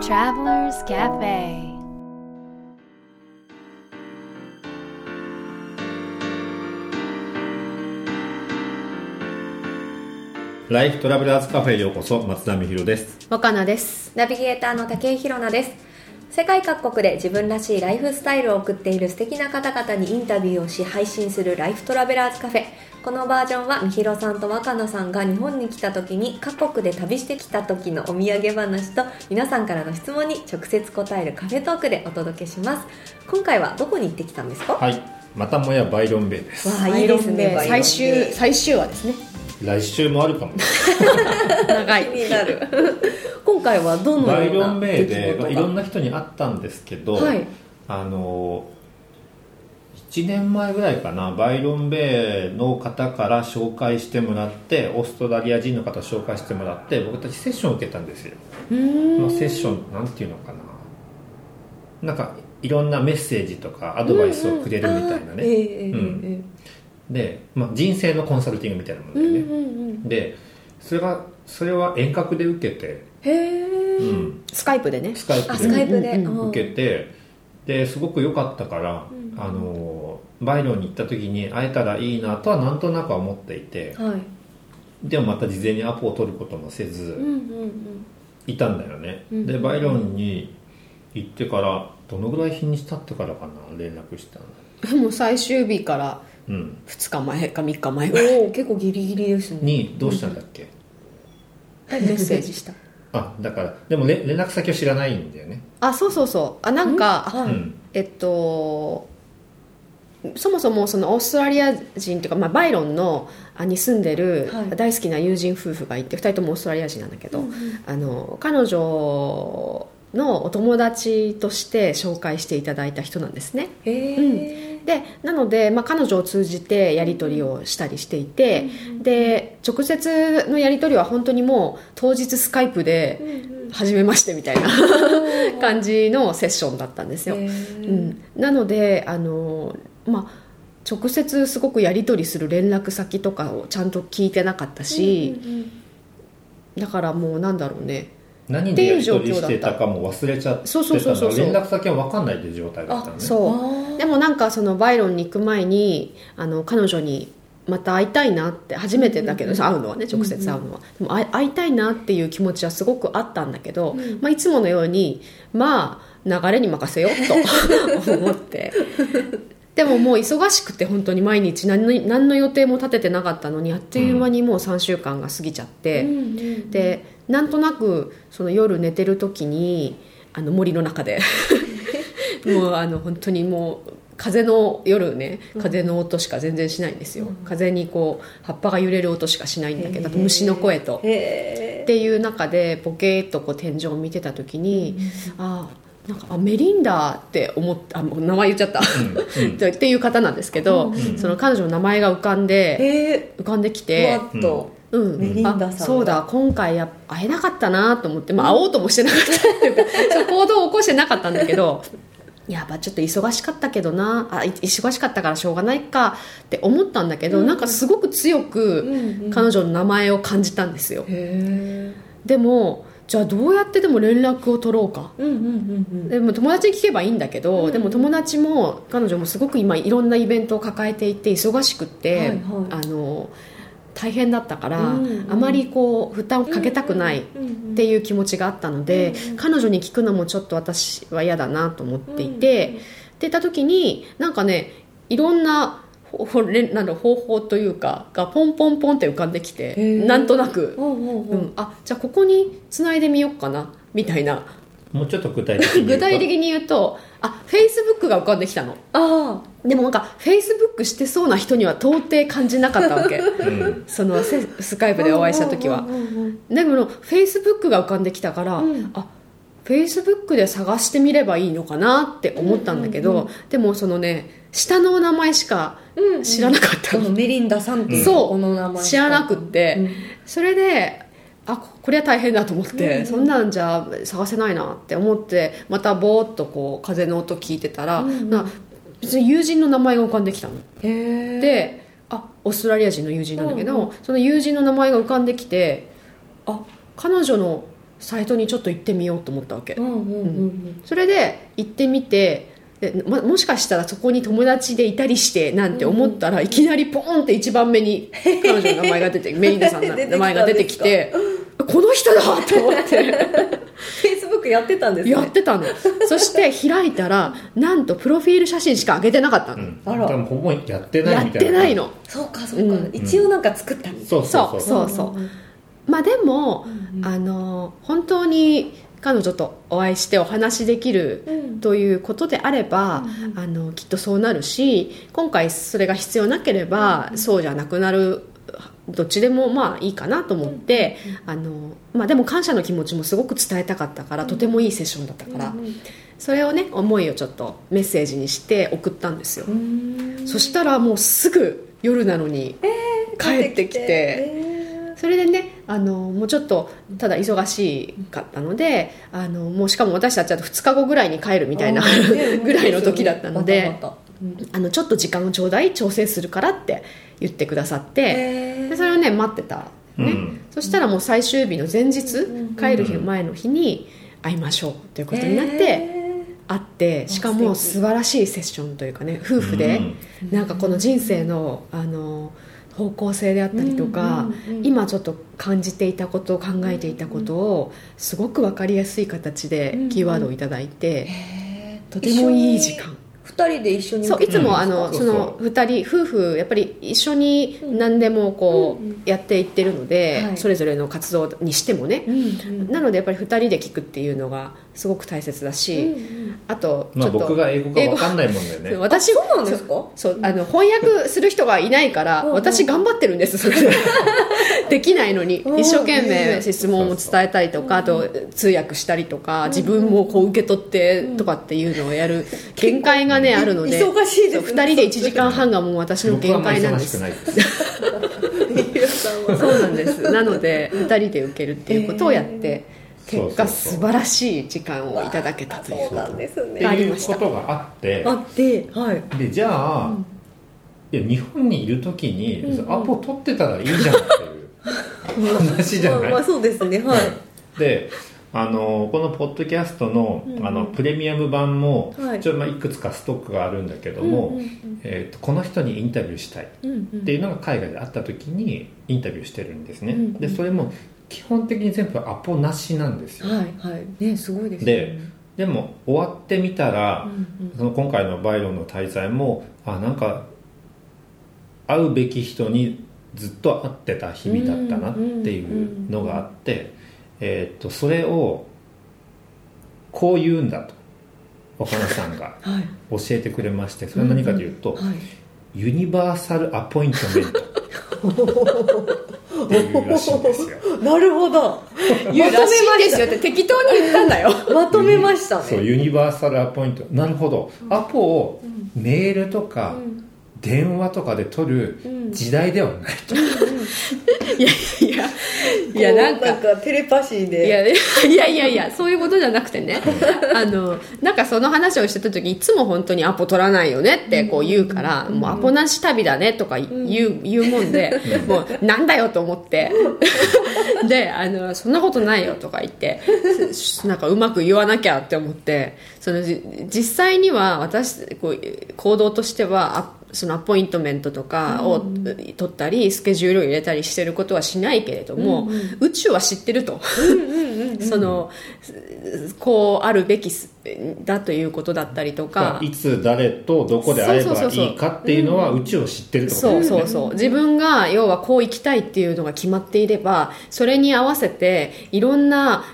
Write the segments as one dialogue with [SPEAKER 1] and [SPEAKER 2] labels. [SPEAKER 1] Travelers Cafe
[SPEAKER 2] ライフトラベラーズカフェへようこそ松田美弘です
[SPEAKER 3] 若菜です
[SPEAKER 4] ナビゲーターの竹井宏奈です。世界各国で自分らしいライフスタイルを送っている素敵な方々にインタビューをし配信するライフトラベラーズカフェ。このバージョンはみひろさんと若菜さんが日本に来た時に各国で旅してきた時のお土産話と皆さんからの質問に直接答えるカフェトークでお届けします。今回はどこに行ってきたんですか？
[SPEAKER 2] はいまたもやバイロンベイです
[SPEAKER 4] わあいいですね。
[SPEAKER 3] アイロン
[SPEAKER 4] バイロン
[SPEAKER 3] で最終最終話ですね
[SPEAKER 2] 来週もあるかも
[SPEAKER 3] 長
[SPEAKER 4] 気
[SPEAKER 3] い
[SPEAKER 4] になる。 今回はどの
[SPEAKER 2] バイ
[SPEAKER 4] よう
[SPEAKER 2] ロ
[SPEAKER 4] な
[SPEAKER 2] ンベイ
[SPEAKER 4] 出
[SPEAKER 2] で、
[SPEAKER 4] 来
[SPEAKER 2] まあ、い
[SPEAKER 4] 事
[SPEAKER 2] ろ
[SPEAKER 4] が
[SPEAKER 2] んな人に会ったんですけど、
[SPEAKER 4] はい
[SPEAKER 2] あの1年前ぐらいかなバイロンベイの方から紹介してもらってオーストラリア人の方紹介してもらって僕たちセッションを受けたんですよまあ、セッションなんていうのかななんかいろんなメッセージとかアドバイスをくれるみたいなね、
[SPEAKER 4] あーええええ
[SPEAKER 2] うん
[SPEAKER 4] ええ
[SPEAKER 2] で、まあ、人生のコンサルティングみたいなもんだよね、でそれがそれは遠隔で受けて、
[SPEAKER 4] へえ。
[SPEAKER 2] うん、
[SPEAKER 3] スカイプでね
[SPEAKER 2] スカイプ
[SPEAKER 4] あ
[SPEAKER 2] で
[SPEAKER 4] スカイプで、
[SPEAKER 3] うんう
[SPEAKER 2] 受けてですごく良かったから、
[SPEAKER 4] うん
[SPEAKER 2] あのバイロンに行った時に会えたらいいなとはなんとなくは思っていて
[SPEAKER 4] うんはい。
[SPEAKER 2] でもまた事前にアポを取ることもせ
[SPEAKER 4] うん
[SPEAKER 2] ず
[SPEAKER 4] うんうん。
[SPEAKER 2] いたんだよね、
[SPEAKER 4] うん
[SPEAKER 2] でバイロンに行ってからどのぐらい日にしたってからかな連絡したの
[SPEAKER 3] もう最終日から
[SPEAKER 2] うん
[SPEAKER 3] 2日前か3日前ぐらい
[SPEAKER 4] おお結構ギリギリですね。
[SPEAKER 2] にどうしたんだっけ、
[SPEAKER 3] メッセージした
[SPEAKER 2] あだからでもれ連絡先を知らないんだよね、
[SPEAKER 3] あそうそうそうあなんかあ
[SPEAKER 4] はい
[SPEAKER 2] うん
[SPEAKER 3] えっとそもそもそのオーストラリア人というか、まあ、バイロンのあに住んでる
[SPEAKER 4] はい
[SPEAKER 3] 大好きな友人夫婦がいて2人ともオーストラリア人なんだけど、あの彼女のお友達として紹介していただいた人なんですね
[SPEAKER 4] へえ。
[SPEAKER 3] でなので、まあ、彼女を通じてやり取りをしたりしていて、で直接のやり取りは本当にもう当日スカイプで初めましてみたいな感じのセッションだったんですよ、
[SPEAKER 4] へ
[SPEAKER 3] う
[SPEAKER 4] ー
[SPEAKER 3] ん、なのであの、まあ、直接すごくやり取りする連絡先とかをちゃんと聞いてなかったし、だからもうなんだろうね
[SPEAKER 2] 何でやり取りしてたかも忘れちゃってた
[SPEAKER 3] そうそうそうそう
[SPEAKER 2] の連絡先は分かんないっていう状態だったのね
[SPEAKER 3] そう
[SPEAKER 4] あ
[SPEAKER 3] でもなんかそのバイロンに行く前にあの彼女にまた会いたいなって初めてだけど、会うのはね直接会うのは、でも会い会いたいなっていう気持ちはすごくあったんだけど、まあ、いつものようにまあ流れに任せよう と思ってでももう忙しくて本当に毎日何の何の予定も立ててなかったのにあっという間にもう3週間が過ぎちゃって。でなんとなくその夜寝てる時にあの森の中 でもうあの本当にもう風の夜ね風の音しか全然しないんですよ、風にこう葉っぱが揺れる音しかしないんだけどあと虫の声と
[SPEAKER 4] へえ。
[SPEAKER 3] っていう中でポケーっとこう天井を見てた時に、ああなんかあメリンダって思ったあもう名前言っちゃった、
[SPEAKER 2] うん
[SPEAKER 3] っていう方なんですけど、その彼女の名前が浮かんで
[SPEAKER 4] え
[SPEAKER 3] 浮かんで
[SPEAKER 4] え。
[SPEAKER 3] きて
[SPEAKER 4] わっと。
[SPEAKER 3] うん、
[SPEAKER 4] メリンダさんが
[SPEAKER 3] あそうだ今回や会えなかったなと思って、まあ、会おうともしてなかったってい うかそう行動を起こしてなかったんだけどやっぱちょっと忙しかったけどなあい忙しかったからしょうがないかって思ったんだけど、なんかすごく強
[SPEAKER 4] うんう
[SPEAKER 3] く
[SPEAKER 4] ん
[SPEAKER 3] 彼女の名前を感じたんですよ、
[SPEAKER 4] へえ。
[SPEAKER 3] でもじゃあどうやってでも連絡を取ろうか
[SPEAKER 4] うんうんうん
[SPEAKER 3] でも友達に聞けばいいんだけど、でも友達も彼女もすごく今いろんなイベントを抱えていて忙しくって、
[SPEAKER 4] はいはい
[SPEAKER 3] あの大変だったから、
[SPEAKER 4] うんうん
[SPEAKER 3] あまりこう負担をかけたくないっ
[SPEAKER 4] うんうん。
[SPEAKER 3] ていう気持ちがあったので、彼女に聞くのもちょっと私は嫌だなと思っていて、って言った時になんかねいろんなほほれなんだろう方法というかがポンポンポンって浮かんできて
[SPEAKER 4] ー
[SPEAKER 3] なんとなく、
[SPEAKER 4] おうおう
[SPEAKER 3] う
[SPEAKER 4] お
[SPEAKER 3] ん
[SPEAKER 4] う。
[SPEAKER 3] あじゃあここにつないでみようかなみたいな。
[SPEAKER 2] もうちょっと具体的に言うと
[SPEAKER 3] 具体的に言うとあフェイスブックが浮かんできたの
[SPEAKER 4] あ
[SPEAKER 3] でもなんかフェイスブックしてそうな人には到底感じなかった わけ
[SPEAKER 2] うん
[SPEAKER 3] そのせスカイプでお会いした時は
[SPEAKER 4] うんうんうんうん
[SPEAKER 3] でもフェイスブックが浮かんできたから、
[SPEAKER 4] うん
[SPEAKER 3] あフェイスブックで探してみればいいのかなって思ったんだけど、でもそのね下のお名前しか
[SPEAKER 4] うん。
[SPEAKER 3] 知らなかった
[SPEAKER 4] そ
[SPEAKER 3] の、
[SPEAKER 4] のメリンダさんってい
[SPEAKER 3] そう
[SPEAKER 4] この名前。
[SPEAKER 3] 知らなくって、
[SPEAKER 4] うん
[SPEAKER 3] それであここれは大変だと思って、そんなんじゃ探せないなって思ってまたぼーっとこう風の音聞いてたら、な別に友人の名前が浮かんできたの。
[SPEAKER 4] へえ。
[SPEAKER 3] であオーストラリア人の友人なんだけど、その友人の名前が浮かんできてあ彼女のサイトにちょっと行ってみようと思ったわけ、
[SPEAKER 4] うんうんうん
[SPEAKER 3] それで行ってみてでま、もしかしたらそこに友達でいたりしてなんて思ったら、いきなりポーンって一番目に彼女の名前が 出てメリーナさんの名前が出てきてこの人だと思 って
[SPEAKER 4] フェイスブックやってたんですね
[SPEAKER 3] やってたのそして開いたらなんとプロフィール写真しか上げてなかった
[SPEAKER 2] う
[SPEAKER 3] の、
[SPEAKER 2] ん、
[SPEAKER 4] あら
[SPEAKER 2] 多分ほぼやってな
[SPEAKER 3] や
[SPEAKER 2] い
[SPEAKER 3] っ
[SPEAKER 2] みたいな
[SPEAKER 3] てないの
[SPEAKER 4] そうかそうか、
[SPEAKER 3] うん
[SPEAKER 4] 一応なんか作ったみたい
[SPEAKER 2] そうそうそう
[SPEAKER 3] そうそうまあでも、あの本当に彼女とお会いしてお話しできる
[SPEAKER 4] うん
[SPEAKER 3] ということであれば、
[SPEAKER 4] うんうん
[SPEAKER 3] あのきっとそうなるし今回それが必要なければ、そうじゃなくなるどっちでもまあいいかなと思って、あのまあ、でも感謝の気持ちもすごく伝えたかったから、とてもいいセッションだったから、それをね思いをちょっとメッセージにして送ったんですよ、
[SPEAKER 4] うん
[SPEAKER 3] そしたらもうすぐ夜なのに帰ってきて。
[SPEAKER 4] え
[SPEAKER 3] それでねあのもうちょっとただ忙しかったのであのもうしかも私たちだと2日後ぐらいに帰るみ
[SPEAKER 4] ー
[SPEAKER 3] たいな
[SPEAKER 4] あ ーね
[SPEAKER 3] ぐらいの時だったので
[SPEAKER 4] バタバタ
[SPEAKER 3] あのちょっと時間をちょうだい調整するからって言ってくださって
[SPEAKER 4] へー
[SPEAKER 3] でそれをね待ってた、ね
[SPEAKER 2] うん
[SPEAKER 3] そしたらもう最終日の前日
[SPEAKER 4] うん
[SPEAKER 3] 帰る日の前の日に会いましょうということになって
[SPEAKER 4] へ
[SPEAKER 3] 会ってしかも素晴らしいセッションというかね夫婦で。
[SPEAKER 4] うん
[SPEAKER 3] なんかこの人生のあの方向性であったりとか、
[SPEAKER 4] うんうんうん
[SPEAKER 3] 今ちょっと感じていたこと考えていたことをすごく分かりやすい形で
[SPEAKER 4] うんうん
[SPEAKER 3] キーワードをいただいて、
[SPEAKER 4] ーへー
[SPEAKER 3] とてもいい時間
[SPEAKER 4] 一緒に二人で一緒に
[SPEAKER 3] そういつもあの、
[SPEAKER 2] うん
[SPEAKER 3] その2人夫婦やっぱり一緒に何でもこ
[SPEAKER 4] うんうん
[SPEAKER 3] うやっていってるので、
[SPEAKER 4] はい
[SPEAKER 3] それぞれの活動にしてもね、
[SPEAKER 4] うん
[SPEAKER 3] なのでやっぱり2人で聞くっていうのがすごく大切だし、あとち
[SPEAKER 2] ま
[SPEAKER 3] ょ
[SPEAKER 2] あ
[SPEAKER 3] っと、
[SPEAKER 2] 僕が英語が分かんないもんだよ
[SPEAKER 3] そう
[SPEAKER 2] ね
[SPEAKER 3] 私
[SPEAKER 4] そうなんですか
[SPEAKER 3] そうあの翻訳する人がいないから
[SPEAKER 4] うんうん
[SPEAKER 3] 私頑張ってるんです それでできないのに
[SPEAKER 4] うん
[SPEAKER 3] 一生懸
[SPEAKER 4] う
[SPEAKER 3] 命
[SPEAKER 4] ん
[SPEAKER 3] 質問を伝えたりとかあ
[SPEAKER 4] そう
[SPEAKER 3] と通訳したりとか自分もこう受け取ってとかっていうのをやる限界がねあるので
[SPEAKER 4] 忙しいですね
[SPEAKER 3] 2人で1時間半がもう私の
[SPEAKER 2] 僕は
[SPEAKER 3] 限
[SPEAKER 2] まあ
[SPEAKER 3] 界なん
[SPEAKER 2] 忙
[SPEAKER 3] で
[SPEAKER 2] しく
[SPEAKER 3] す
[SPEAKER 2] ないです
[SPEAKER 4] 飯尾さんは
[SPEAKER 3] そうなんですなので2人で受けるっていうことをやって
[SPEAKER 2] えー
[SPEAKER 3] 結果
[SPEAKER 2] そうそうそう
[SPEAKER 3] 素晴らしい時間をいただけたとい
[SPEAKER 4] そう
[SPEAKER 3] う
[SPEAKER 4] なんです
[SPEAKER 2] っ
[SPEAKER 4] ね
[SPEAKER 2] て
[SPEAKER 3] あり
[SPEAKER 2] い
[SPEAKER 3] ま
[SPEAKER 2] う
[SPEAKER 3] した
[SPEAKER 2] ことがあって
[SPEAKER 4] あってはい
[SPEAKER 2] でじゃあ、いや日本にいる時に、
[SPEAKER 4] うんうん
[SPEAKER 2] アポ取ってたらいいじゃんっていう話じゃない、
[SPEAKER 4] まあまあそうですねはい
[SPEAKER 2] であのこのポッドキャストの,、
[SPEAKER 4] うんうん
[SPEAKER 2] あのプレミアム版も、
[SPEAKER 4] はい
[SPEAKER 2] ちょまあ、いくつかストックがあるんだけども、えーとこの人にインタビューしたいっ
[SPEAKER 4] うんうん
[SPEAKER 2] ていうのが海外であった時にインタビューしてるんですね、
[SPEAKER 4] うんうん
[SPEAKER 2] でそれも基本的に全部アポなしなんですよ、
[SPEAKER 4] はいはいねすごいです
[SPEAKER 2] ででも終わってみたら、
[SPEAKER 4] うんうん
[SPEAKER 2] その今回のバイロンの滞在もあなんか会うべき人にずっと会ってた日々だったなっていうのがあって、えーっとそれをこう言うんだと若菜さんが
[SPEAKER 4] はい
[SPEAKER 2] 教えてくれましてそれは何かというと、
[SPEAKER 4] はい
[SPEAKER 2] ユニバーサルアポイントメントっていうらしいんですよ
[SPEAKER 4] なるほ ど
[SPEAKER 3] 言うらしいですよって適当に言ったんだよ
[SPEAKER 4] まとめました
[SPEAKER 2] そう
[SPEAKER 4] ね
[SPEAKER 2] ユニバーサルアポイントなるほどアポをメールとか
[SPEAKER 4] うん
[SPEAKER 2] 電話とかで取る
[SPEAKER 4] うん
[SPEAKER 2] 時代ではないと
[SPEAKER 3] いやいやいやなんか
[SPEAKER 4] こうなんかテレパシーで
[SPEAKER 3] いや いやいやいやそういうことじゃなくてねあのなんかその話をしてた時いつも本当にアポ取らないよねってこう言うから、もうアポなし旅だねとか言う,、言うもんで、もうなんだよと思って であのそんなことないよとか言ってなんかうまく言わなきゃって思ってそのじ実際には私こう行動としてはあそのアポイントメントとかを取ったり、スケジュールを入れたりしてることはしないけれども、宇宙は知ってると。そのすこうあるべきすだということだったりとか
[SPEAKER 2] いつ誰とどこで会え
[SPEAKER 3] そう
[SPEAKER 2] ば
[SPEAKER 3] そうそうそう
[SPEAKER 2] いいかっていうのはうちを知ってるってこと
[SPEAKER 3] そう
[SPEAKER 2] ですね
[SPEAKER 3] そうそう自分が要はこう行きたいっていうのが決まっていればそれに合わせていろんな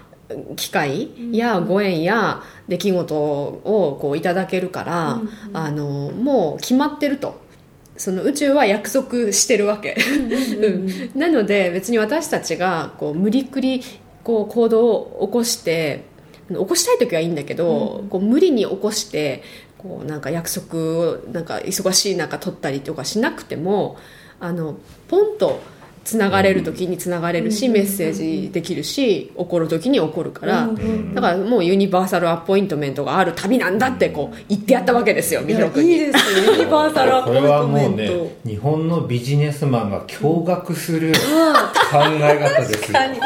[SPEAKER 3] 機会やご縁や出来事をこういただけるから、あのもう決まってるとその宇宙は約束してるわけうんなので別に私たちがこう無理くりこう行動を起こして起こしたい時はいいんだけど、こう無理に起こしてこうなんか約束をなんか忙しい中取ったりとかしなくてもあのポンとつながれる時につながれるし、メッセージできるし怒る時に怒るから、
[SPEAKER 4] うんうん
[SPEAKER 3] だからもうユニバーサルアポイントメントがある旅なんだってこう言ってやったわけですよ、
[SPEAKER 4] い
[SPEAKER 3] みひ
[SPEAKER 4] や
[SPEAKER 3] ろ
[SPEAKER 4] い
[SPEAKER 3] 君に
[SPEAKER 4] いですねユニバーサルアポ
[SPEAKER 2] こ
[SPEAKER 4] イン
[SPEAKER 2] れは
[SPEAKER 4] トメ
[SPEAKER 2] も
[SPEAKER 4] ン
[SPEAKER 2] う
[SPEAKER 4] ト
[SPEAKER 2] ね日本のビジネスマンが驚愕する考え方ですよ
[SPEAKER 4] 確かに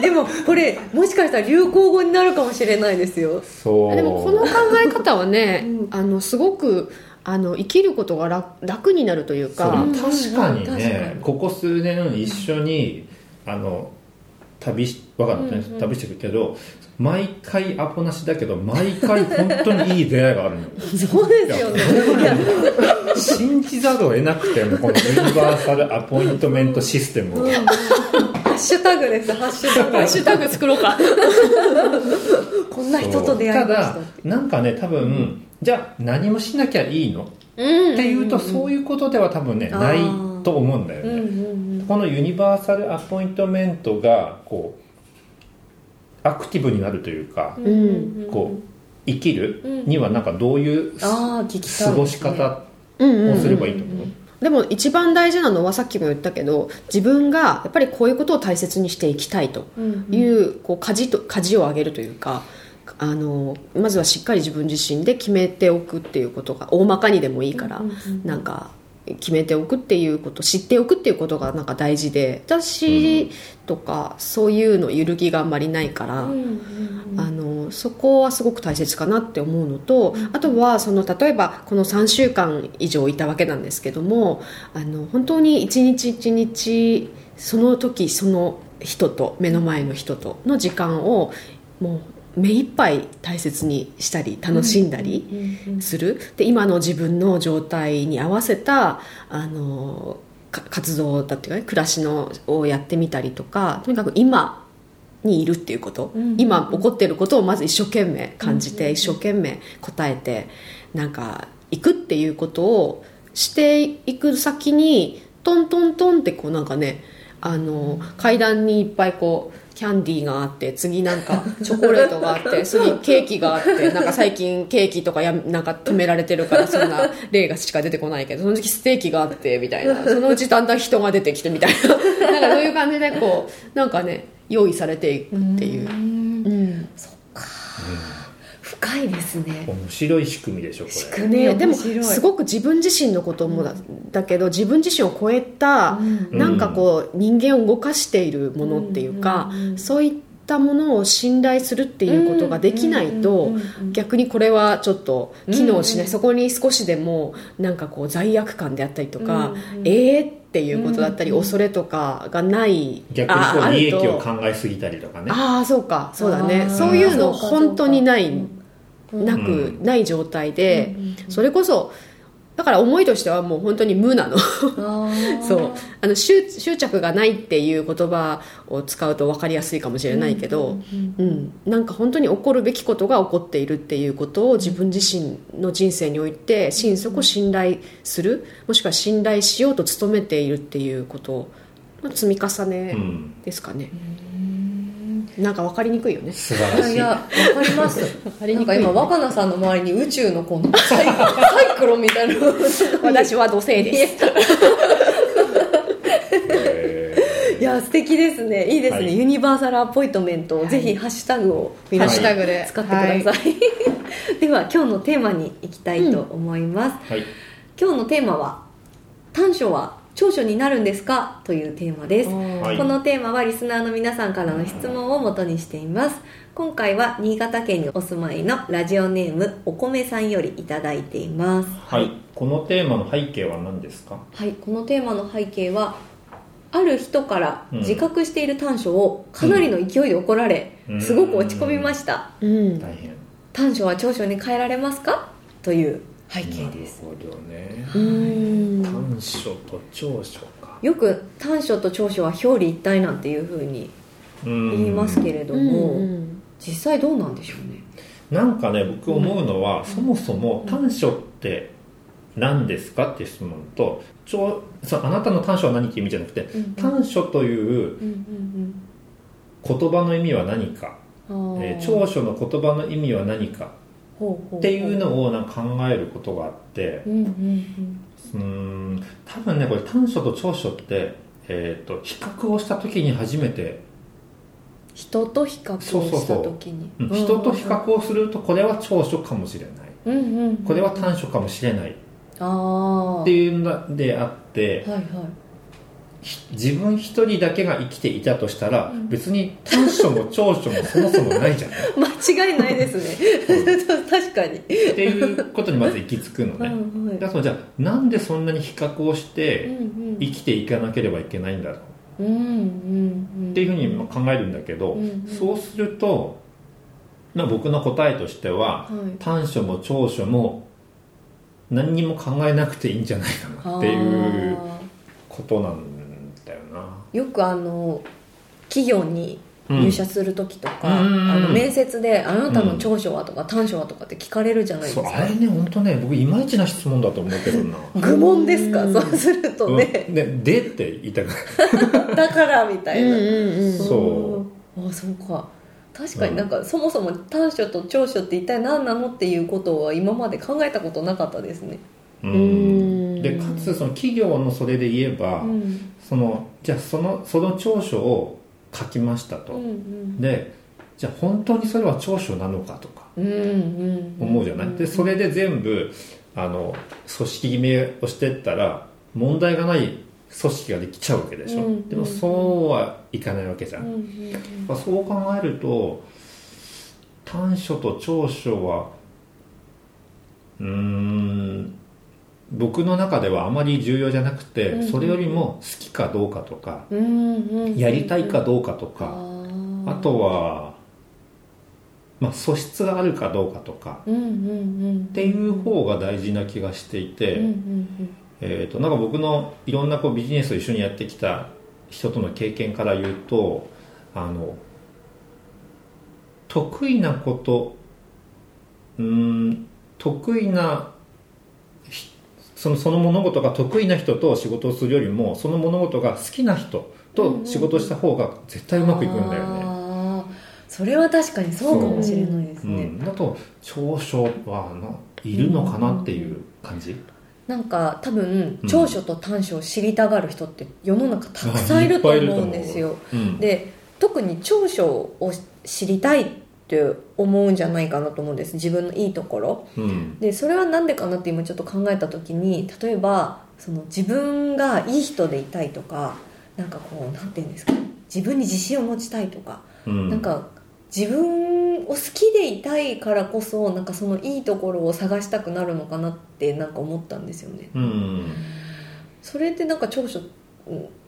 [SPEAKER 4] でもこれもしかしたら流行語になるかもしれないですよ
[SPEAKER 2] そう
[SPEAKER 3] でもこの考え方はね、
[SPEAKER 4] うん
[SPEAKER 3] あのすごくあの生きることが楽楽になるという
[SPEAKER 2] そう
[SPEAKER 3] か
[SPEAKER 2] 確かに
[SPEAKER 4] うんうん確か
[SPEAKER 2] ね
[SPEAKER 4] に
[SPEAKER 2] ここ数年一緒にあの旅し若菜とね
[SPEAKER 4] うんうん
[SPEAKER 2] 旅してるけど毎回アポなしだけど毎回本当にいい出会いがある のよ
[SPEAKER 4] そうですよねいや
[SPEAKER 2] 信じざるを得なくてもこのユニバーサルアポイントメントシステムを
[SPEAKER 4] ハッシュタグですハッシュタグ
[SPEAKER 3] ハッシュタグ作ろうか
[SPEAKER 4] こんな人と出会いました
[SPEAKER 2] ただなんかね多分じゃあ何もしなきゃいいのっ
[SPEAKER 4] うん
[SPEAKER 2] ていうとそういうことでは多分ねない
[SPEAKER 4] あー
[SPEAKER 2] と思うんだよ
[SPEAKER 4] う
[SPEAKER 2] ね
[SPEAKER 4] んうんうん
[SPEAKER 2] このユニバーサルアポイントメントがこうアクティブになるというか、
[SPEAKER 4] うんうんうん
[SPEAKER 2] こう生きる
[SPEAKER 4] うん
[SPEAKER 2] にはなんかどういうす
[SPEAKER 4] ああ聞きたいですね
[SPEAKER 2] 過ごし方
[SPEAKER 3] うんう
[SPEAKER 2] を
[SPEAKER 3] ん
[SPEAKER 2] すればいいと思う、
[SPEAKER 3] でも一番大事なのはさっきも言ったけど自分がやっぱりこういうことを大切にしていきたいと
[SPEAKER 4] うんうん
[SPEAKER 3] いうこう舵と舵を上げるというかあのまずはしっかり自分自身で決めておくっていうことが大まかにでもいいから、
[SPEAKER 4] うんうんうん
[SPEAKER 3] なんか決めておくっていうこと知っておくっていうことがなんか大事で私とかそういうの揺るぎがあんまりないから。
[SPEAKER 4] うんうんうん
[SPEAKER 3] あのそこはすごく大切かなって思うのとあとはその例えばこの3週間以上いたわけなんですけどもあの本当に一日一日その時その人と目の前の人との時間をもう目いっぱい大切にしたり楽しんだり。
[SPEAKER 4] うんうん
[SPEAKER 3] するで今の自分の状態に合わせたあのか活動だっていうかね暮らしのをやってみたりとかとにかく今にいるっていうこと、
[SPEAKER 4] うん
[SPEAKER 3] 今起こっていることをまず一生懸命感じて、
[SPEAKER 4] うん
[SPEAKER 3] 一生懸命答えてなんか行くっていうことをしていく先にトントントンってこうなんかねあの階段にいっぱいこうキャンディーがあって次なんかチョコレートがあって 次ケーキがあってなんか最近ケーキとかやなんか止められてるからそんな例がしか出てこないけどその時ステーキがあってみた いなそのうちだんだん人が出てきてみたいななんかそういう感じでこうなんかね用意されていくっていう。
[SPEAKER 4] ん
[SPEAKER 3] うん
[SPEAKER 4] 深いですね
[SPEAKER 2] 面白い仕組みでしょこ
[SPEAKER 4] 仕
[SPEAKER 2] れ
[SPEAKER 4] 組み
[SPEAKER 3] ね、でも
[SPEAKER 4] 面白い
[SPEAKER 3] すごく自分自身のこともだ,、だけど自分自身を超えた、
[SPEAKER 4] うん
[SPEAKER 3] なんかこう人間を動かしているものっていうか、
[SPEAKER 4] うんうんうん
[SPEAKER 3] そういったものを信頼するっていうことができないと、
[SPEAKER 4] うんうんうんうん
[SPEAKER 3] 逆にこれはちょっと機能しな
[SPEAKER 4] うん
[SPEAKER 3] い、
[SPEAKER 4] うん
[SPEAKER 3] そこに少しでもなんかこう罪悪感であったりとか、
[SPEAKER 4] うんうん
[SPEAKER 3] えーっていうことだったり、
[SPEAKER 4] うんうん
[SPEAKER 3] 恐れとかがない
[SPEAKER 2] 逆にこ
[SPEAKER 3] あ
[SPEAKER 2] う
[SPEAKER 3] あ
[SPEAKER 2] 利
[SPEAKER 3] る
[SPEAKER 2] 益
[SPEAKER 3] と
[SPEAKER 2] を考えすぎたりとかね
[SPEAKER 3] ああそうかそうだ
[SPEAKER 4] あー
[SPEAKER 3] ねそういうの
[SPEAKER 4] そうかそうか
[SPEAKER 3] 本当にない、
[SPEAKER 4] うん
[SPEAKER 3] なく
[SPEAKER 2] う
[SPEAKER 3] ない状態で、
[SPEAKER 4] うんうんうん
[SPEAKER 3] それこそだから思いとしてはもう本当に無なのそうあの執執着がないっていう言葉を使うと分かりやすいかもしれないけど、
[SPEAKER 4] うん
[SPEAKER 3] うんなんか本当に起こるべきことが起こっているっていうことを自分自身の人生において心底信頼するもしくは信頼しようと努めているっていうことの積み重
[SPEAKER 2] う
[SPEAKER 3] ね
[SPEAKER 2] ん
[SPEAKER 3] ですかね、なんか分かりにくいよね
[SPEAKER 2] 素晴
[SPEAKER 4] いや
[SPEAKER 2] らし
[SPEAKER 4] い
[SPEAKER 2] い
[SPEAKER 4] やわかります
[SPEAKER 3] かり
[SPEAKER 4] な
[SPEAKER 3] に
[SPEAKER 4] ん
[SPEAKER 3] くい
[SPEAKER 4] か今若菜さんの周りに宇宙のこのサイサイクロンみたいなの
[SPEAKER 3] 私は土星です
[SPEAKER 2] え
[SPEAKER 4] いや素敵ですねいいですね、
[SPEAKER 2] はい
[SPEAKER 4] ユニバーサルアポイントメントを、
[SPEAKER 3] はい
[SPEAKER 4] ぜひハッシュタグを
[SPEAKER 3] ハ
[SPEAKER 4] 皆
[SPEAKER 3] ッ
[SPEAKER 4] さ
[SPEAKER 3] シ
[SPEAKER 4] ん
[SPEAKER 3] ュタグで
[SPEAKER 4] 使ってください、
[SPEAKER 3] は
[SPEAKER 4] では今日のテーマに行きたいと思います、
[SPEAKER 2] ーはい
[SPEAKER 4] 今日のテーマは「短所は長所になるんですか?」というテーマです
[SPEAKER 2] はい
[SPEAKER 4] このテーマはリスナーの皆さんからの質問をもとにしています今回は新潟県にお住まいのラジオネームお米さんよりいただいています
[SPEAKER 2] はいこのテーマの背景は何ですか
[SPEAKER 4] はい、このテーマの背景はある人から自覚している短所をかなりの勢いで怒られ、
[SPEAKER 2] うん
[SPEAKER 4] すごく落ち込みました、
[SPEAKER 3] うん、
[SPEAKER 2] 大変
[SPEAKER 4] 短所は長所に変えられますかという背景です、
[SPEAKER 2] なるほどね
[SPEAKER 3] うん
[SPEAKER 2] 短所と長所か
[SPEAKER 4] よく短所と長所は表裏一体なんていうふうに言
[SPEAKER 2] 言
[SPEAKER 4] いますけれども、
[SPEAKER 3] うん
[SPEAKER 4] 実際どうなんでしょうね
[SPEAKER 2] なんかね僕思うのは、そもそも短所って何ですかっていう質問と長そうあなたの短所は何っていう意味じゃなくて
[SPEAKER 4] うん
[SPEAKER 2] 短所という
[SPEAKER 4] うんうん
[SPEAKER 2] 言葉の意味は何か、
[SPEAKER 4] うんあー
[SPEAKER 2] えー長所の言葉の意味は何か
[SPEAKER 4] ほほほ
[SPEAKER 2] っていうのをなんか考えることがあって
[SPEAKER 4] うんうんうん
[SPEAKER 2] うーん多分ねこれ短所と長所って、えー、と比較をした時に初めて、
[SPEAKER 4] 人と比較をした時に
[SPEAKER 2] うん人と比較をするとこれは長所かもしれない
[SPEAKER 4] うんうんうん
[SPEAKER 2] これは短所かもしれないっ
[SPEAKER 4] ああ
[SPEAKER 2] ていうのであって
[SPEAKER 4] はいはい
[SPEAKER 2] ひ自分一人だけが生きていたとしたら、別に短所も長所もそもそもないじゃないっ
[SPEAKER 4] 間違いないですね確かに、
[SPEAKER 2] ていうことにまず行き着くの
[SPEAKER 4] はいは
[SPEAKER 2] ね
[SPEAKER 4] い
[SPEAKER 2] だからじゃあなんでそんなに比較をして
[SPEAKER 4] うん
[SPEAKER 2] 生きていかなければいけないんだろう
[SPEAKER 4] うんうんうん
[SPEAKER 2] っていうふうにまあ考えるんだけど、
[SPEAKER 4] うんうん
[SPEAKER 2] そうすると、まあ、僕の答えとしては、
[SPEAKER 4] はい
[SPEAKER 2] 短所も長所も何にも考えなくていいんじゃないかなっていう
[SPEAKER 4] あ
[SPEAKER 2] ことなんだよな。
[SPEAKER 4] ーよくあの企業に
[SPEAKER 2] うん
[SPEAKER 4] 入社する時とか、
[SPEAKER 2] うんうんうん
[SPEAKER 4] あの面接で「あなたの長所は?」とか「短所は?」とかって聞かれるじゃないです
[SPEAKER 2] そう
[SPEAKER 4] か
[SPEAKER 2] あれね本当ね僕いまいちな質問だと思うけどな。
[SPEAKER 4] 愚問ですか
[SPEAKER 3] うん
[SPEAKER 4] そうすると
[SPEAKER 2] うん
[SPEAKER 4] ね、
[SPEAKER 2] ねでって言いたくない。
[SPEAKER 4] だからみたいな、
[SPEAKER 3] うん
[SPEAKER 2] そう
[SPEAKER 4] うんあそうか確かになんか、そもそも短所と長所って一体何なのっていうことは今まで考えたことなかったですね
[SPEAKER 2] うん
[SPEAKER 3] うん
[SPEAKER 2] でかつその企業のそれで言えば、
[SPEAKER 4] うん
[SPEAKER 2] そのじゃあそのその長所を書きましたと。
[SPEAKER 4] うんうん
[SPEAKER 2] でじゃあ本当にそれは長所なのかとか
[SPEAKER 4] うんうん
[SPEAKER 2] 思うじゃない、でそれで全部あの組織決めをしてったら問題がない組織ができちゃうわけでしょ、
[SPEAKER 4] うんうん
[SPEAKER 2] でもそうはいかないわけじゃん、
[SPEAKER 4] うんう
[SPEAKER 2] やっ
[SPEAKER 4] ん
[SPEAKER 2] ぱそう考えると短所と長所はうーん僕の中ではあまり重要じゃなくて、
[SPEAKER 4] うんうん
[SPEAKER 2] それよりも好きかどうかとか、
[SPEAKER 4] うんうんうん
[SPEAKER 2] やりたいかどうかとか、
[SPEAKER 4] あ
[SPEAKER 2] あ
[SPEAKER 4] ー
[SPEAKER 2] とは、まあ、素質があるかどうかとか
[SPEAKER 4] うんうんうん
[SPEAKER 2] っていう方が大事な気がしていて、
[SPEAKER 4] うんうん
[SPEAKER 2] えー、となんか僕のいろんなこうビジネスを一緒にやってきた人との経験から言うとあの得意なことうーん得意なひそのその物事が得意な人と仕事をするよりもその物事が好きな人と仕事をした方が絶対
[SPEAKER 4] うん
[SPEAKER 2] うまくいくんだよね。
[SPEAKER 4] あーそれは確かにそうかもしれないです
[SPEAKER 2] う
[SPEAKER 4] ね、
[SPEAKER 2] ん、だと長所はないるのかなっていう感じ、
[SPEAKER 4] なんか多分
[SPEAKER 2] うん
[SPEAKER 4] 長所と短所を知りたがる人って世の中たくさんいると思うんですよ
[SPEAKER 2] うん
[SPEAKER 4] で特に長所を知りたいって思うんじゃないかなと思うんです自分のいいところ
[SPEAKER 2] うん
[SPEAKER 4] でそれは何でかなって今ちょっと考えた時に例えばその自分がいい人でいたいとかなんかこうなんて言うんですか自分に自信を持ちたいとか
[SPEAKER 2] うん、
[SPEAKER 4] なんか自分を好きでいたいからこそなんかそのいいところを探したくなるのかなってなんか思ったんですよね
[SPEAKER 2] うん、
[SPEAKER 4] それってなんか長所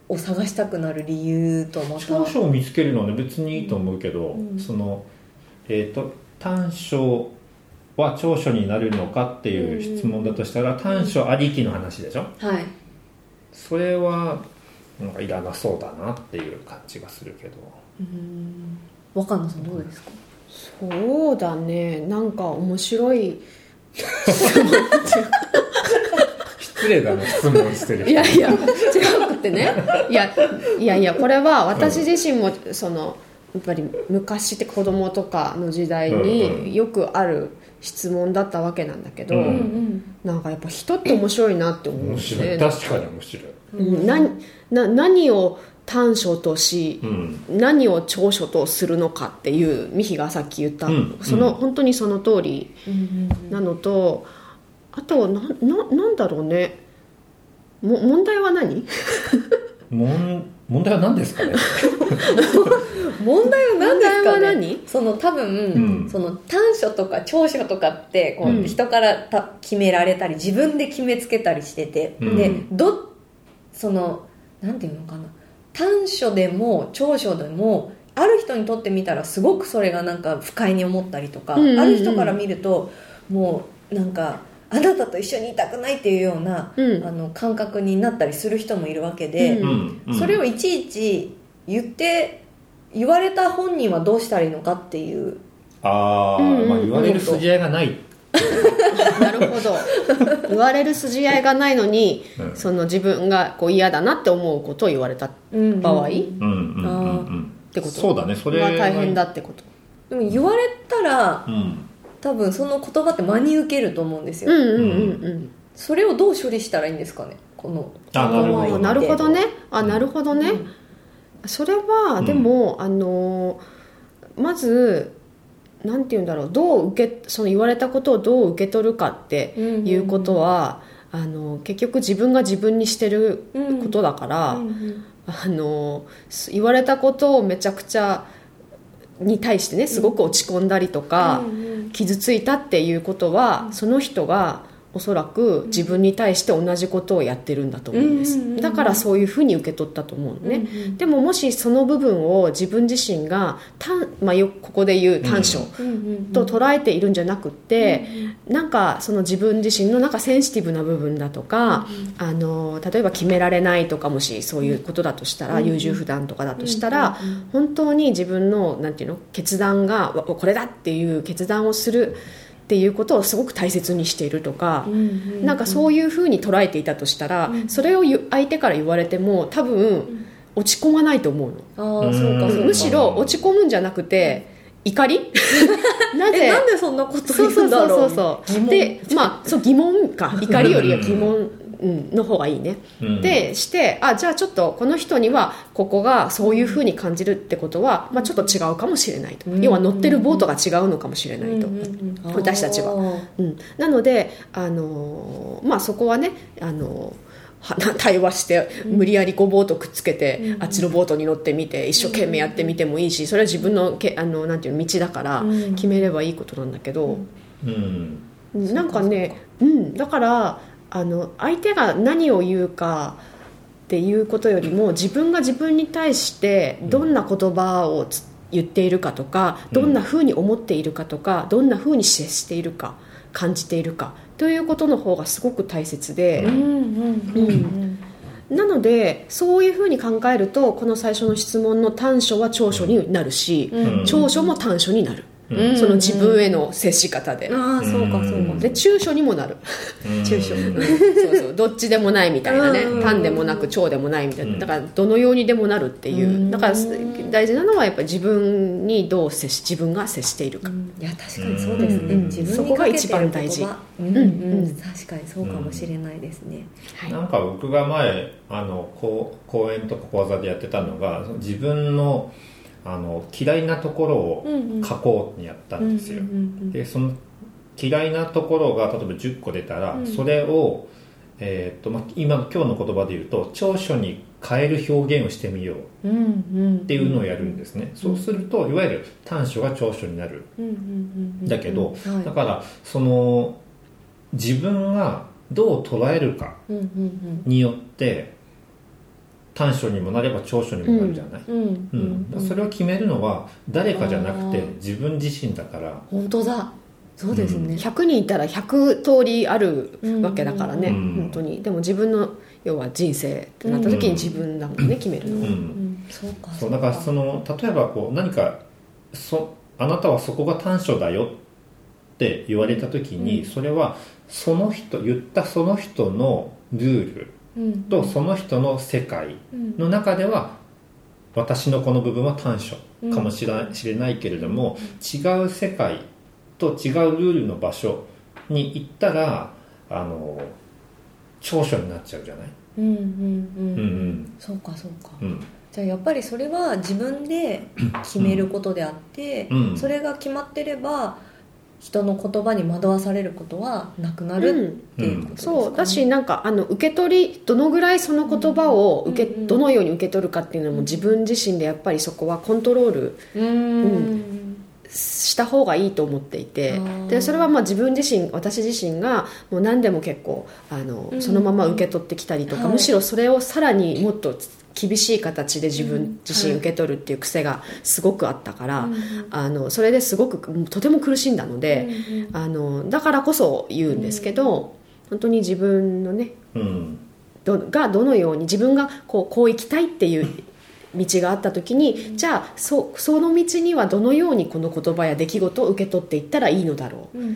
[SPEAKER 4] を探したくなる理由とまた
[SPEAKER 2] 長所を見つけるのは、ね、別にいいと思うけど、
[SPEAKER 4] うん
[SPEAKER 2] そのえっ、と短所は長所になるのかっていう質問だとしたら、短所ありきの話でしょ
[SPEAKER 4] はい
[SPEAKER 2] それはなんかいらなそうだなっていう感じがするけど
[SPEAKER 4] うん若菜さんどうですか
[SPEAKER 3] そうだねなんか面白い
[SPEAKER 2] 失礼だな質問してる人
[SPEAKER 3] いやいや違くてねいやいやいやこれは私自身もそのやっぱり昔って子供とかの時代
[SPEAKER 2] うんうん
[SPEAKER 3] によくある質問だったわけなんだけど、
[SPEAKER 2] う
[SPEAKER 4] うん
[SPEAKER 2] ん
[SPEAKER 4] うん
[SPEAKER 3] なんかやっぱ人って面白いなって思う
[SPEAKER 2] 面白い
[SPEAKER 3] ね
[SPEAKER 2] 確かに面白い、
[SPEAKER 3] うんなな何を短所とし
[SPEAKER 2] う、ん、
[SPEAKER 3] 何を長所とするのかっていうミヒがさっき言った、
[SPEAKER 2] うん
[SPEAKER 3] その
[SPEAKER 2] うん
[SPEAKER 3] 本当にその通り
[SPEAKER 4] うん
[SPEAKER 3] なのと、あとはなななんだろうねも問題は何
[SPEAKER 2] もん問題は何ですかね
[SPEAKER 4] 問題は何ですか、ね、
[SPEAKER 3] 問題は何
[SPEAKER 4] その多分、
[SPEAKER 2] うん
[SPEAKER 4] その短所とか長所とかってこう、
[SPEAKER 2] うん
[SPEAKER 4] 人からた決められたり自分で決めつけたりしてて、
[SPEAKER 2] うん
[SPEAKER 4] でどそのなんていうのかな短所でも長所でもある人にとってみたらすごくそれがなんか不快に思ったりとか、
[SPEAKER 3] うんうんうん
[SPEAKER 4] ある人から見るともうなんかあなたと一緒にいたくないっていうような、
[SPEAKER 3] うん
[SPEAKER 4] あの感覚になったりする人もいるわけで。
[SPEAKER 3] うん
[SPEAKER 2] うんうん
[SPEAKER 4] それをいちいち言って言われた本人はどうしたらいいのかっていう
[SPEAKER 2] ああ、
[SPEAKER 3] うんうん
[SPEAKER 2] まあ言われる筋合いがない、
[SPEAKER 3] なるほど言われる筋合いがないのに
[SPEAKER 2] うん
[SPEAKER 3] その自分がこう嫌だなって思うことを言われたっ場
[SPEAKER 2] うんうん
[SPEAKER 4] うん
[SPEAKER 3] 合
[SPEAKER 2] うんうん
[SPEAKER 3] てこと
[SPEAKER 2] そうだねそれ
[SPEAKER 3] が
[SPEAKER 2] は
[SPEAKER 3] 大変だってこと
[SPEAKER 4] でも言われたら
[SPEAKER 2] うん
[SPEAKER 4] 多分その言葉って真に受けると思うんです
[SPEAKER 3] う
[SPEAKER 4] よ、
[SPEAKER 3] んうんうんうん
[SPEAKER 4] それをどう処理したらいいんですかねこの
[SPEAKER 2] あなるほ
[SPEAKER 3] あ
[SPEAKER 2] ど
[SPEAKER 3] なるほどねあ
[SPEAKER 2] うん
[SPEAKER 3] なるほどね、
[SPEAKER 4] うん
[SPEAKER 3] それは
[SPEAKER 2] うん
[SPEAKER 3] でも、あのまずなんて言うんだろうどう受けその言われたことをどう受け取るかっていうことは、あの結局自分が自分にしてることだから、
[SPEAKER 4] うんうん
[SPEAKER 3] あのす言われたことをめちゃくちゃに対してねすごく落ち込んだりとか、
[SPEAKER 4] うんうん
[SPEAKER 3] 傷ついたっていうことは、その人がおそらく自分に対して同じことをやってるんだと思うんです、
[SPEAKER 4] うんうんうんうん
[SPEAKER 3] だからそういうふうに受け取ったと思うのね、
[SPEAKER 4] うんうん
[SPEAKER 3] でももしその部分を自分自身が短、まあ、よくここで言う短所
[SPEAKER 4] うんうんうん
[SPEAKER 3] と捉えているんじゃなくって、なんかその自分自身のなんかセンシティブな部分だとか、あの例えば決められないとかもしそういうことだとしたら、
[SPEAKER 4] うん
[SPEAKER 3] 優柔不断とかだとしたら、本当に自分のなんていうの決断がわこれだっていう決断をするっていうことをすごく大切にしているとか。
[SPEAKER 4] うんうん
[SPEAKER 3] なんかそういうふうに捉えていたとしたら、それを言う相手から言われても多分落ち込まないと思うの、
[SPEAKER 4] ああそうかそうか
[SPEAKER 3] むしろ落ち込むんじゃなくて怒り な
[SPEAKER 4] え
[SPEAKER 3] ぜ
[SPEAKER 4] なんでそんなこと
[SPEAKER 3] そう
[SPEAKER 4] 言
[SPEAKER 3] そううん
[SPEAKER 4] だ
[SPEAKER 3] そう
[SPEAKER 4] ろ
[SPEAKER 3] そううそ
[SPEAKER 4] 疑
[SPEAKER 3] う
[SPEAKER 4] 問
[SPEAKER 3] でまあそう疑問か怒りよりは疑問うんの方がいいね、
[SPEAKER 2] うん
[SPEAKER 3] でしてあじゃあちょっとこの人にはここがそういうふうに感じるってことは、まあ、ちょっと違うかもしれないと、
[SPEAKER 4] うん
[SPEAKER 3] 要は乗ってるボートが違うのかもしれないと、
[SPEAKER 4] うんうんうん
[SPEAKER 3] 私たちは
[SPEAKER 4] あー
[SPEAKER 3] うん、なので、あのーまあ、そこはね、あのー は対話して無理やりこうボートくっつけて、あっちのボートに乗ってみて一生懸命やってみてもいいしそれは自分のけあのなんていうの道だから
[SPEAKER 4] うん
[SPEAKER 3] 決めればいいことなんだけど、
[SPEAKER 2] うん
[SPEAKER 3] なんかねうん、だからあの相手が何を言うかっていうことよりも自分が自分に対してどんな言葉をつ言っているかとかどんなふうに思っているかとかどんなふうに接しているか感じているかということの方がすごく大切で
[SPEAKER 4] う、んうんうん
[SPEAKER 3] なのでそういうふうに考えるとこの最初の質問の短所は長所になるし、
[SPEAKER 4] うん
[SPEAKER 3] 長所も短所になる、
[SPEAKER 4] うん
[SPEAKER 3] その自分への接し方で、
[SPEAKER 4] ああそうかそう
[SPEAKER 2] う
[SPEAKER 4] か
[SPEAKER 2] ん
[SPEAKER 3] で中所にもなる。
[SPEAKER 4] 中小
[SPEAKER 3] そうそうどっちでもないみたいなね
[SPEAKER 4] うん
[SPEAKER 3] 単でもなく腸でもないみたいな、
[SPEAKER 2] うん
[SPEAKER 3] だからどのようにでもなるっていう、
[SPEAKER 4] うん
[SPEAKER 3] だからす大事なのはやっぱり自分にどう接し自分が接しているか、
[SPEAKER 4] いや確かにそうですね、
[SPEAKER 2] うん
[SPEAKER 4] 自分にかけてる
[SPEAKER 3] そこが一番大事
[SPEAKER 4] 言葉うんうん、
[SPEAKER 3] うん
[SPEAKER 4] 確かにそうかもしれないですね、
[SPEAKER 2] なんか僕が前あのこう講演とか講座でやってたのがその自分のあの嫌いなところを
[SPEAKER 4] うん
[SPEAKER 2] 書こうにやったんですよ、
[SPEAKER 4] うんうん
[SPEAKER 2] でその嫌いなところが例えば10個出たら、
[SPEAKER 4] うん
[SPEAKER 2] それを、えーっとまあ、今今日の言葉で言うと長所に変える表現をしてみようっ
[SPEAKER 4] うんうん
[SPEAKER 2] ていうのをやるんですね、そうするといわゆる短所が長所になる
[SPEAKER 4] うんうんうんうん
[SPEAKER 2] だけど
[SPEAKER 4] はい
[SPEAKER 2] だからその自分がどう捉えるか
[SPEAKER 4] うんうん
[SPEAKER 2] によって短所にもなれば長所にもなるじゃない、
[SPEAKER 4] うんうん
[SPEAKER 2] うん
[SPEAKER 4] うん
[SPEAKER 2] それを決めるのは誰かじゃなくて
[SPEAKER 4] あー
[SPEAKER 2] 自分自身だから、
[SPEAKER 4] 本当だそうですね、
[SPEAKER 3] 100人いたら100通りある
[SPEAKER 4] うん
[SPEAKER 3] わけだからね、
[SPEAKER 2] うん
[SPEAKER 3] 本当にでも自分の要は人生ってなった時に自分だもんね、決めるの
[SPEAKER 2] う
[SPEAKER 3] は、
[SPEAKER 2] ん
[SPEAKER 4] うんそうか
[SPEAKER 2] そうだからその例えばこう何かそあなたはそこが短所だよって言われた時に、それはその人言ったその人のルール
[SPEAKER 4] うん
[SPEAKER 2] とその人の世界
[SPEAKER 4] うん
[SPEAKER 2] の中では私のこの部分は短所かもしれない,、しれないけれども違う世界と違うルールの場所に行ったらあの長所になっちゃうじゃない、
[SPEAKER 4] うんうん
[SPEAKER 2] う
[SPEAKER 4] うんんそうかそうか
[SPEAKER 2] うんうん、
[SPEAKER 4] じゃあやっぱりそれは自分で決めることであって、
[SPEAKER 2] うん
[SPEAKER 4] それが決まってれば人の言葉に惑わされることはなくなるっていうことですか、ね
[SPEAKER 3] そうだしなんかあの受け取りどのぐらいその言葉を受け、
[SPEAKER 4] うんうん
[SPEAKER 3] どのように受け取るかっていうのも自分自身でやっぱりそこはコントロール
[SPEAKER 4] うー
[SPEAKER 3] うんした方がいいと思っていて
[SPEAKER 4] あー
[SPEAKER 3] でそれはまあ自分自身私自身がもう何でも結構あの、
[SPEAKER 4] うん
[SPEAKER 3] そのまま受け取ってきたりとか、
[SPEAKER 4] はい
[SPEAKER 3] むしろそれをさらにもっと厳しい形で自分自身受け取るっていう癖がすごくあったから、
[SPEAKER 4] うん
[SPEAKER 3] あのそれですごくとても苦しんだので、あのだからこそ言うんですけど、本当に自分のね
[SPEAKER 2] うん
[SPEAKER 3] どがどのように自分がこうこう行きたいっていう道があった時にじゃあそその道にはどのようにこの言葉や出来事を受け取っていったらいいのだろう。
[SPEAKER 4] うん
[SPEAKER 3] う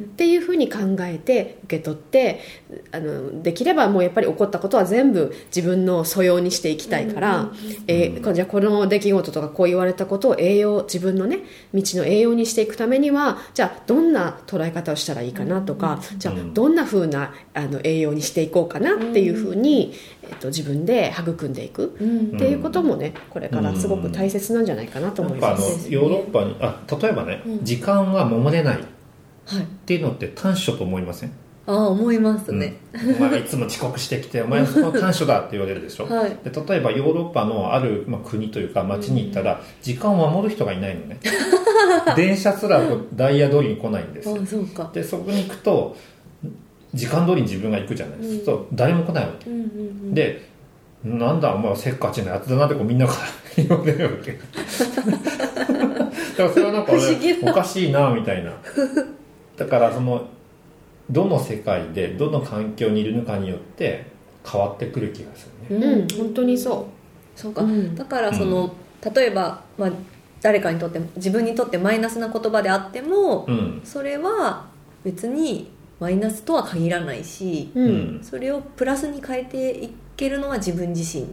[SPEAKER 3] んっていうふうに考えて受け取ってあのできればもうやっぱり起こったことは全部自分の素養にしていきたいから、えーじゃあこの出来事とかこう言われたことを栄養自分のね道の栄養にしていくためにはじゃあどんな捉え方をしたらいいかなとか、じゃあどんなふうなあの栄養にしていこうかなっていうふうに、えっと自分で育んでいく
[SPEAKER 4] うんうん
[SPEAKER 3] っていうこともねこれからすごく大切なんじゃないかなと
[SPEAKER 2] な
[SPEAKER 3] 思
[SPEAKER 2] ん
[SPEAKER 3] い
[SPEAKER 2] かあ
[SPEAKER 3] ま
[SPEAKER 2] の
[SPEAKER 3] す。
[SPEAKER 2] ヨーロッパにあ例えばね、
[SPEAKER 4] うん
[SPEAKER 2] 時間は守れないっ
[SPEAKER 4] はい
[SPEAKER 2] ていうのって短所と思いません
[SPEAKER 4] ああ思いますね、
[SPEAKER 2] うんお前はいつも遅刻してきてお前はそこの短所だって言われるでしょ、
[SPEAKER 4] はい
[SPEAKER 2] で例えばヨーロッパのある、まあ、国というか町に行ったら時間を守る人がいない のね電車すらこうダイヤ通りに来ないんですよ
[SPEAKER 4] ああそうか
[SPEAKER 2] でそこに行くと時間通りに自分が行くじゃないですか、そう誰も来ないわけ
[SPEAKER 4] うんうんうん
[SPEAKER 2] でなんだお前はせっかちなやつだなってこうみんなから言われるわけだからそれはなんか
[SPEAKER 4] 不思議
[SPEAKER 2] 俺
[SPEAKER 4] な
[SPEAKER 2] おかしいなみたいなだからそのどの世界でどの環境にいるのかによって変わってくる気がするね
[SPEAKER 3] うん、本当にそ
[SPEAKER 4] そう
[SPEAKER 3] う、
[SPEAKER 4] か、
[SPEAKER 3] うん、
[SPEAKER 4] だからその、例えば、まあ、誰かにとって自分にとってマイナスな言葉であっても、
[SPEAKER 2] うん
[SPEAKER 4] それは別にマイナスとは限らないし、
[SPEAKER 3] うん
[SPEAKER 2] うん
[SPEAKER 4] それをプラスに変えていけるのは自分自身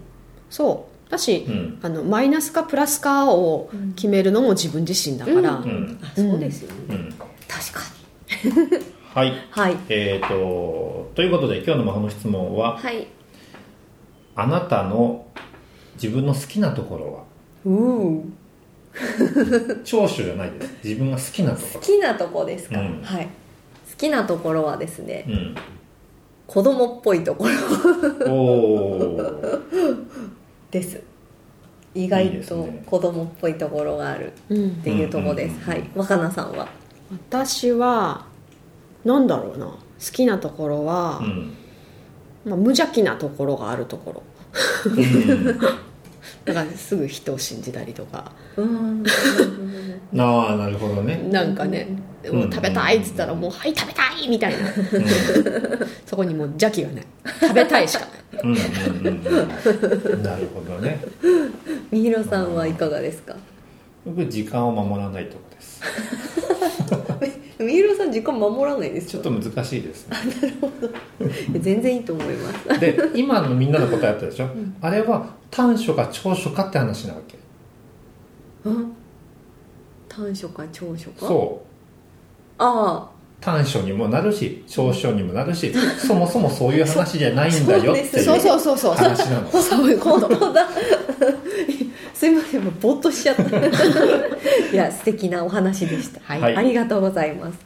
[SPEAKER 3] そうだし、
[SPEAKER 2] うん
[SPEAKER 3] あのマイナスかプラスかを決めるのも自分自身だから、
[SPEAKER 4] うん
[SPEAKER 2] うん
[SPEAKER 4] あそうですよね、
[SPEAKER 2] うん
[SPEAKER 4] 確かに
[SPEAKER 2] はい
[SPEAKER 4] はい
[SPEAKER 2] えー、とということで今日の魔法の質問は
[SPEAKER 4] はい
[SPEAKER 2] 「あなたの自分の好きなところは?
[SPEAKER 4] うん」
[SPEAKER 2] 長所じゃないです自分が好きなとこ
[SPEAKER 4] 好きなとこですか、
[SPEAKER 2] うん
[SPEAKER 4] はい好きなところはですね
[SPEAKER 2] ろ、うん、
[SPEAKER 4] 子供っぽいところ
[SPEAKER 2] おー
[SPEAKER 4] です意
[SPEAKER 2] いい
[SPEAKER 4] 外
[SPEAKER 2] です
[SPEAKER 4] と
[SPEAKER 2] ね
[SPEAKER 4] 子供っぽいところがある
[SPEAKER 3] うん
[SPEAKER 4] っていうところです、
[SPEAKER 2] うんうん
[SPEAKER 4] はい若菜さんは
[SPEAKER 3] 私はなんだろうな好きなところは、
[SPEAKER 2] うん
[SPEAKER 3] まあ、無邪気なところがあるところ
[SPEAKER 2] うん
[SPEAKER 3] だからすぐ人を信じたりとか
[SPEAKER 4] うん
[SPEAKER 2] ああなるほどね、
[SPEAKER 3] なんかね、
[SPEAKER 2] うん
[SPEAKER 3] もう食べたいっつったらもう「はい食べたい!」みたいな
[SPEAKER 2] うん、
[SPEAKER 3] そこにもう邪気がない食べたいしかない
[SPEAKER 2] うんうんうんうんなるほどね
[SPEAKER 4] みひろさんはいかがですか
[SPEAKER 2] 僕時間を守らないとこです
[SPEAKER 4] みひろさん時間守らないです
[SPEAKER 2] ちょっと難しいですね
[SPEAKER 4] 全然いいと思います
[SPEAKER 2] で今のみんなの答えあったでしょ、あれは短所か長所かって話なわけ
[SPEAKER 4] うん短所か長所かう
[SPEAKER 2] そう
[SPEAKER 4] あ
[SPEAKER 2] 短所にもなるし長所にもなるしそもそもそういう話じゃないんだよってい
[SPEAKER 4] そう
[SPEAKER 3] そう
[SPEAKER 2] う
[SPEAKER 3] そうそう そう
[SPEAKER 2] 話なの
[SPEAKER 3] そうい うこと
[SPEAKER 4] あそうだすいませんもうぼーっとしち ゃったいや素敵なお話でした
[SPEAKER 3] はい
[SPEAKER 4] ありがとうございます。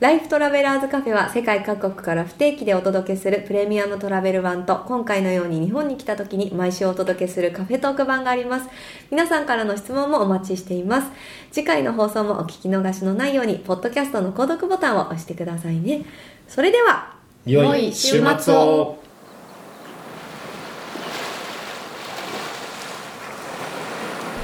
[SPEAKER 4] ライフトラベラーズカフェは世界各国から不定期でお届けするプレミアムトラベル版と今回のように日本に来た時に毎週お届けするカフェトーク版があります。皆さんからの質問もお待ちしています。次回の放送もお聞き逃しのないように、ポッドキャストの購読ボタンを押してくださいね。それでは、
[SPEAKER 2] 良い週末を
[SPEAKER 1] 「